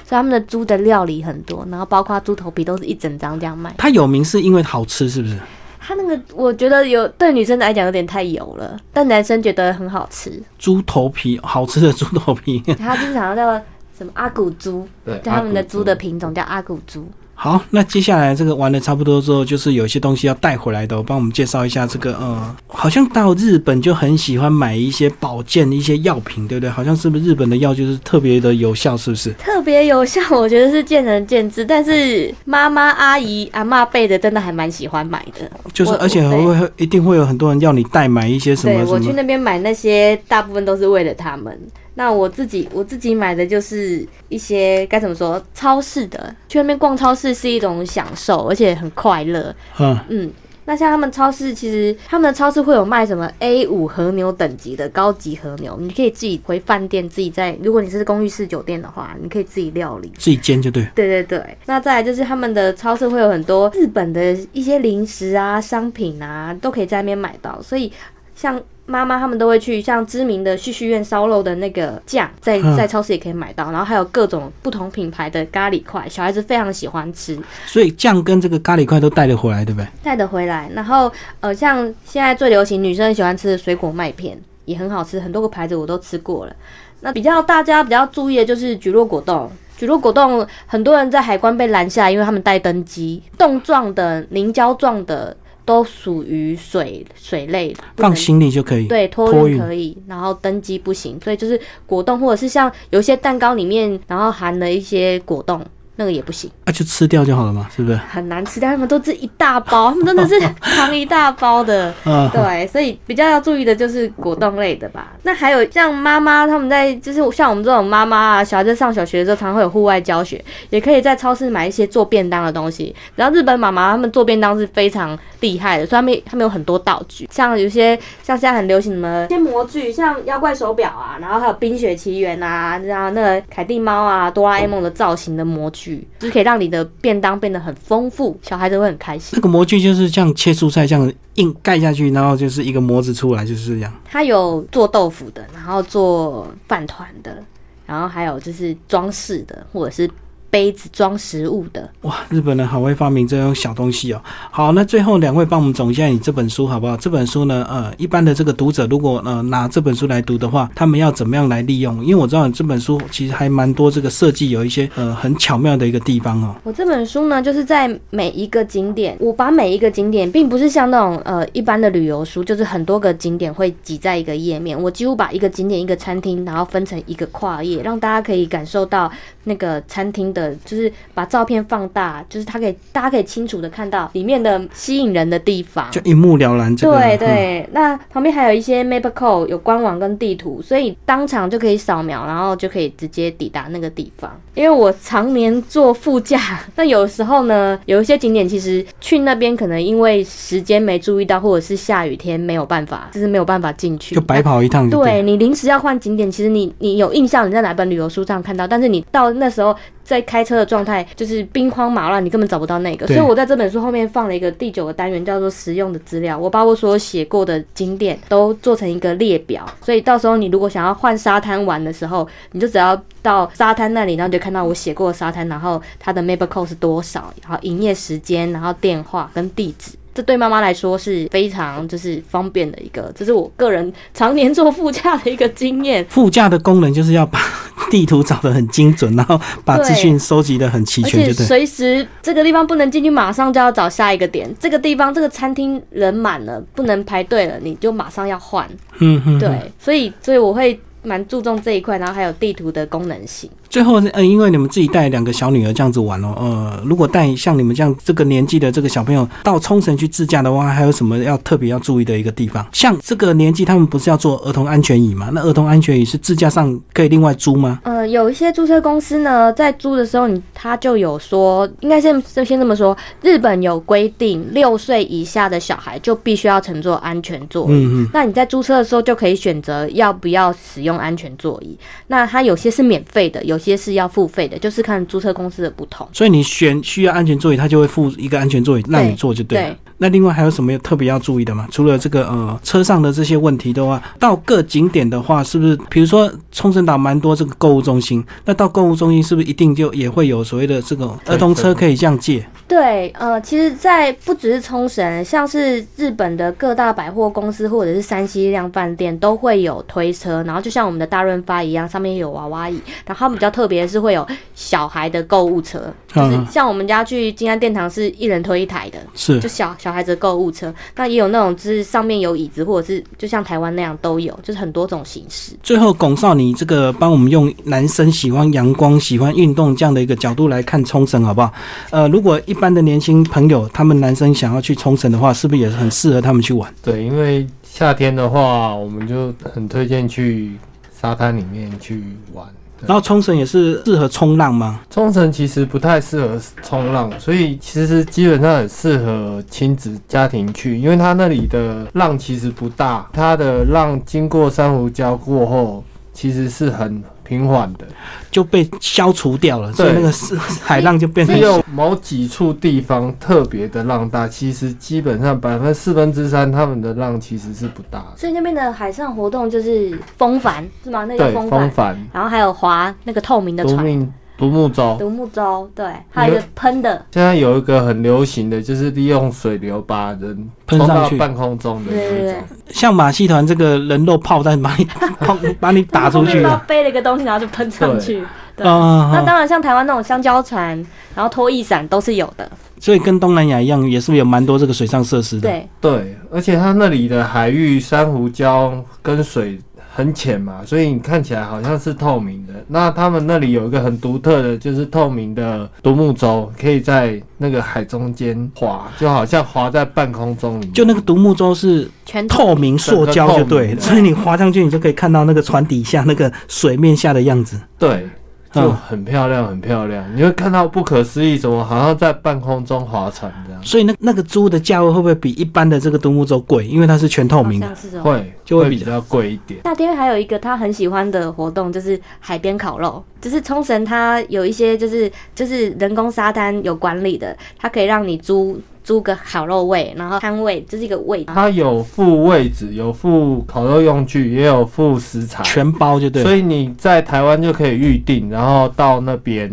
所以他们的猪的料理很多，然后包括猪头皮都是一整张这样卖。它有名是因为好吃，是不是？它那个我觉得有对女生来讲有点太油了，但男生觉得很好吃。猪头皮，好吃的猪头皮。 它就是好像叫什么阿古猪，对，就他们的阿古猪的品种叫阿古猪。好，那接下来这个玩的差不多之后，就是有一些东西要带回来的、哦，帮我们介绍一下这个呃，好像到日本就很喜欢买一些保健、一些药品，对不对？好像是不是日本的药就是特别的有效，是不是？特别有效，我觉得是见仁见智，但是妈妈、阿姨、阿嬷辈的真的还蛮喜欢买的。就是我而且我还对会会一定会有很多人要你代买一些什么对什我去么。那边买那些，大部分都是为了他们。那我自己我自己买的就是一些该怎么说，超市的。去那边逛超市是一种享受，而且很快乐。嗯，嗯，那像他们超市，其实他们的超市会有卖什么 A 五和牛等级的高级和牛，你可以自己回饭店自己在，如果你是公寓式酒店的话，你可以自己料理。自己煎就对。对对对，那再来就是他们的超市会有很多日本的一些零食啊、商品啊，都可以在那边买到。所以像妈妈他们都会去像知名的旭旭苑烧肉的那个酱，在嗯在超市也可以买到，然后还有各种不同品牌的咖喱块，小孩子非常喜欢吃。所以酱跟这个咖喱块都带了回来，对不对？带的回来。然后呃，像现在最流行女生喜欢吃的水果麦片也很好吃，很多个牌子我都吃过了。那比较大家比较注意的就是菊络果冻。菊络果冻，很多人在海关被拦下来，因为他们带登机，冻状的、凝胶状的、都属于水水类，不放能行李就可以。对，托托运运可以，然后登机不行，所以就是果冻，或者是像有一些蛋糕里面，然后含了一些果冻，那个也不行，啊，就吃掉就好了嘛，是不是？很难吃。但他们都是一大包，他们真的是 扛一大包的。嗯、对，所以比较要注意的就是果冻类的吧。那还有像妈妈他们在，就是像我们这种妈妈啊，小孩在上小学的时候，常会有户外教学，也可以在超市买一些做便当的东西。然后日本妈妈她们做便当是非常厉害的，所以他们他们有很多道具，像有些像现在很流行什么一些模具，像妖怪手表啊，然后还有冰雪奇缘啊，然后那个凯蒂猫啊、哆啦 A 梦的造型的模具，就是可以让你的便当变得很丰富，小孩子会很开心那。个模具就是这样切蔬菜，这样硬盖下去，然后就是一个模子出来，就是这样。他有做豆腐的，然后做饭团的，然后还有就是装饰的，或者是杯子装食物的。哇，日本人好会发明这种小东西哦。好，那最后两位帮我们总结一下你这本书好不好？这本书呢，呃，一般的这个读者如果呃拿这本书来读的话，他们要怎么样来利用？因为我知道你这本书其实还蛮多这个设计有一些呃很巧妙的一个地方哦。我这本书呢，就是在每一个景点，我把每一个景点，并不是像那种呃一般的旅游书，就是很多个景点会挤在呃一个页面。我几乎把一个景点、一个餐厅，然后分成一个跨页，让大家可以感受到那个餐厅的，就是把照片放大，就是它可以大家可以清楚的看到里面的吸引人的地方。就一目了然，这个对嗯对，那旁边还有一些 MapCode 有官网跟地图，所以当场就可以扫描，然后就可以直接抵达那个地方。因为我常年坐副驾，但有时候呢，有一些景点其实去那边可能因为时间没注意到，或者是下雨天没有办法，就是没有办法进去，嗯就白跑一趟就对对。你临时要换景点，其实你你有印象你在哪本旅游书上看到，但是你到那时候在开车的状态就是兵荒马乱，你根本找不到那个。对所以我在这本书后面放了一个第九个单元，叫做实用的资料。我把我所有写过的景点都做成一个列表，所以到时候你如果想要换沙滩玩的时候，你就只要到沙滩那里，然后你就看到我写过的沙滩，然后它的 map code 是多少，然后营业时间，然后电话跟地址。这对妈妈来说是非常就是方便的一个，这是我个人常年坐副驾的一个经验。副驾的功能就是要把 地图找得很精准，然后把资讯收集得很齐而全，且就对。随时这个地方不能进去，马上就要找下一个点。这个地方这个餐厅人满了，不能排队了，你就马上要换。嗯嗯。嗯对，所以所以我会蛮注重这一块，然后还有地图的功能性。最后，呃，因为你们自己带两个小女儿这样子玩哦，呃，如果带像你们这样这个年纪的这个小朋友到冲绳去自驾的话，还有什么要特别要注意的一个地方？像这个年纪，他们不是要坐儿童安全椅吗？那儿童安全椅是自驾上可以另外租吗？呃，有一些租车公司呢，在租的时候你，他就有说，应该先先先这么说，日本有规定，六岁以下的小孩就必须要乘坐安全座椅。嗯嗯，那你在租车的时候就可以选择要不要使用安全座椅。那它有些是免费的，有些是要付费的，就是看租车公司的不同。所以你选需要安全座椅，他就会附一个安全座椅让你坐就对了。对那另外还有什么特别要注意的吗？除了这个呃车上的这些问题的话，到各景点的话，是不是比如说冲绳岛蛮多这个购物中心，那到购物中心是不是一定就也会有所谓的这种儿童车可以这样借？对，呃，其实，在不只是冲绳，像是日本的各大百货公司或者是山西量饭店都会有推车，然后就像我们的大润发一样，上面有娃娃椅，然后他们比较特别的是会有小孩的购物车，就是嗯像我们家去金安殿堂是一人推一台的，是就小小孩子购物车，那也有那种就是上面有椅子，或者是就像台湾那样都有，就是很多种形式。最后，龚少，你这个帮我们用男生喜欢阳光、喜欢运动这样的一个角度来看冲绳，好不好？呃，如果一般的年轻朋友，他们男生想要去冲绳的话，是不是也很适合他们去玩？对，因为夏天的话，我们就很推荐去沙滩里面去玩。对然后冲绳也是适合冲浪吗？冲绳其实不太适合冲浪，所以其实基本上很适合亲子家庭去，因为它那里的浪其实不大，它的浪经过珊瑚礁过后，其实是很平缓的，就被消除掉了，所以那对个是海浪就变成只有某几处地方特别的浪大，其实基本上百分之四分之三他们的浪其实是不大的。所以那边的海上活动就是风帆是吗？那对个，风帆风，帆、然后还有划那个透明的独船，命、独木哦舟。独木舟，对，还有一个喷的，现在有一个很流行的，就是利用水流把人喷冲上到去半空中的对对那对种。像马戏团这个人肉炮弹把你 砰把你打出去他了。背了一个东西，然后就喷 上去。对，啊、那当然像台湾那种香蕉船，然后拖曳伞都是有的。所以跟东南亚一样，也是有蛮多这个水上设施的。对，对，而且它那里的海域珊瑚礁跟水很浅嘛，所以你看起来好像是透明的。那他们那里有一个很独特的，就是透明的独木舟，可以在那个海中间滑，就好像滑在半空中里面。就那个独木舟是全透明塑胶，就整个透明对，的所以你滑上去，你就可以看到那个船底下那个水面下的样子。对，就嗯很漂亮，很漂亮。你会看到不可思议，怎么好像在半空中划船这样？所以那那个租的价位会不会比一般的这个独木舟贵？因为它是全透明好的。像是这种。会就会比比较贵一点。那天还有一个他很喜欢的活动，就是海边烤肉，就是冲绳它有一些就是就是人工沙滩有管理的，它可以让你租租个烤肉位，然后摊位就是一个位，它有附位置，有附烤肉用具，也有附食材，全包就对了，所以你在台湾就可以预定，然后到那边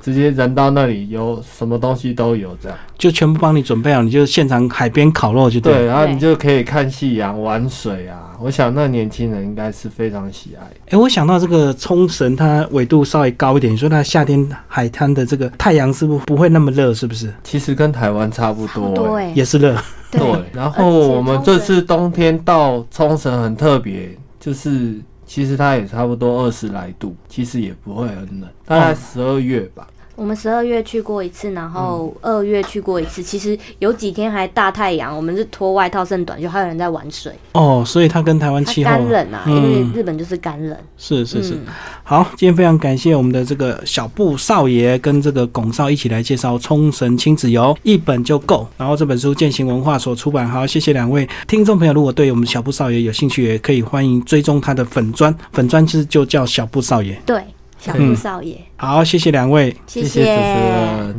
直接人到那里，有什么东西都有这样。就全部帮你准备好，你就现场海边烤肉就对了。对，然后你就可以看夕阳、玩水啊。我想那年轻人应该是非常喜爱。哎、我想到这个冲绳，它纬度稍微高一点，你说它夏天海滩的这个太阳是不是不会那么热？是不是？其实跟台湾差不多、多欸哎、也是热，对对，然后我们这次冬天到冲绳很特别，就是其实它也差不多二十来度，其实也不会很冷，大概十二月吧。我们十二月去过一次，然后二月去过一次，其实有几天还大太阳，我们是脱外套剩短袖，还有人在玩水，哦，所以它跟台湾它气候干冷啊，嗯因为日本就是干冷，是是是。嗯好，今天非常感谢我们的这个小布少爷跟这个龚少一起来介绍《冲绳亲子游》，一本就够。然后这本书践行文化所出版。好，谢谢两位听众朋友，如果对我们小布少爷有兴趣，也可以欢迎追踪他的粉砖，粉砖是就叫小布少爷。对，小布少爷，好，谢谢两位。谢谢主持人。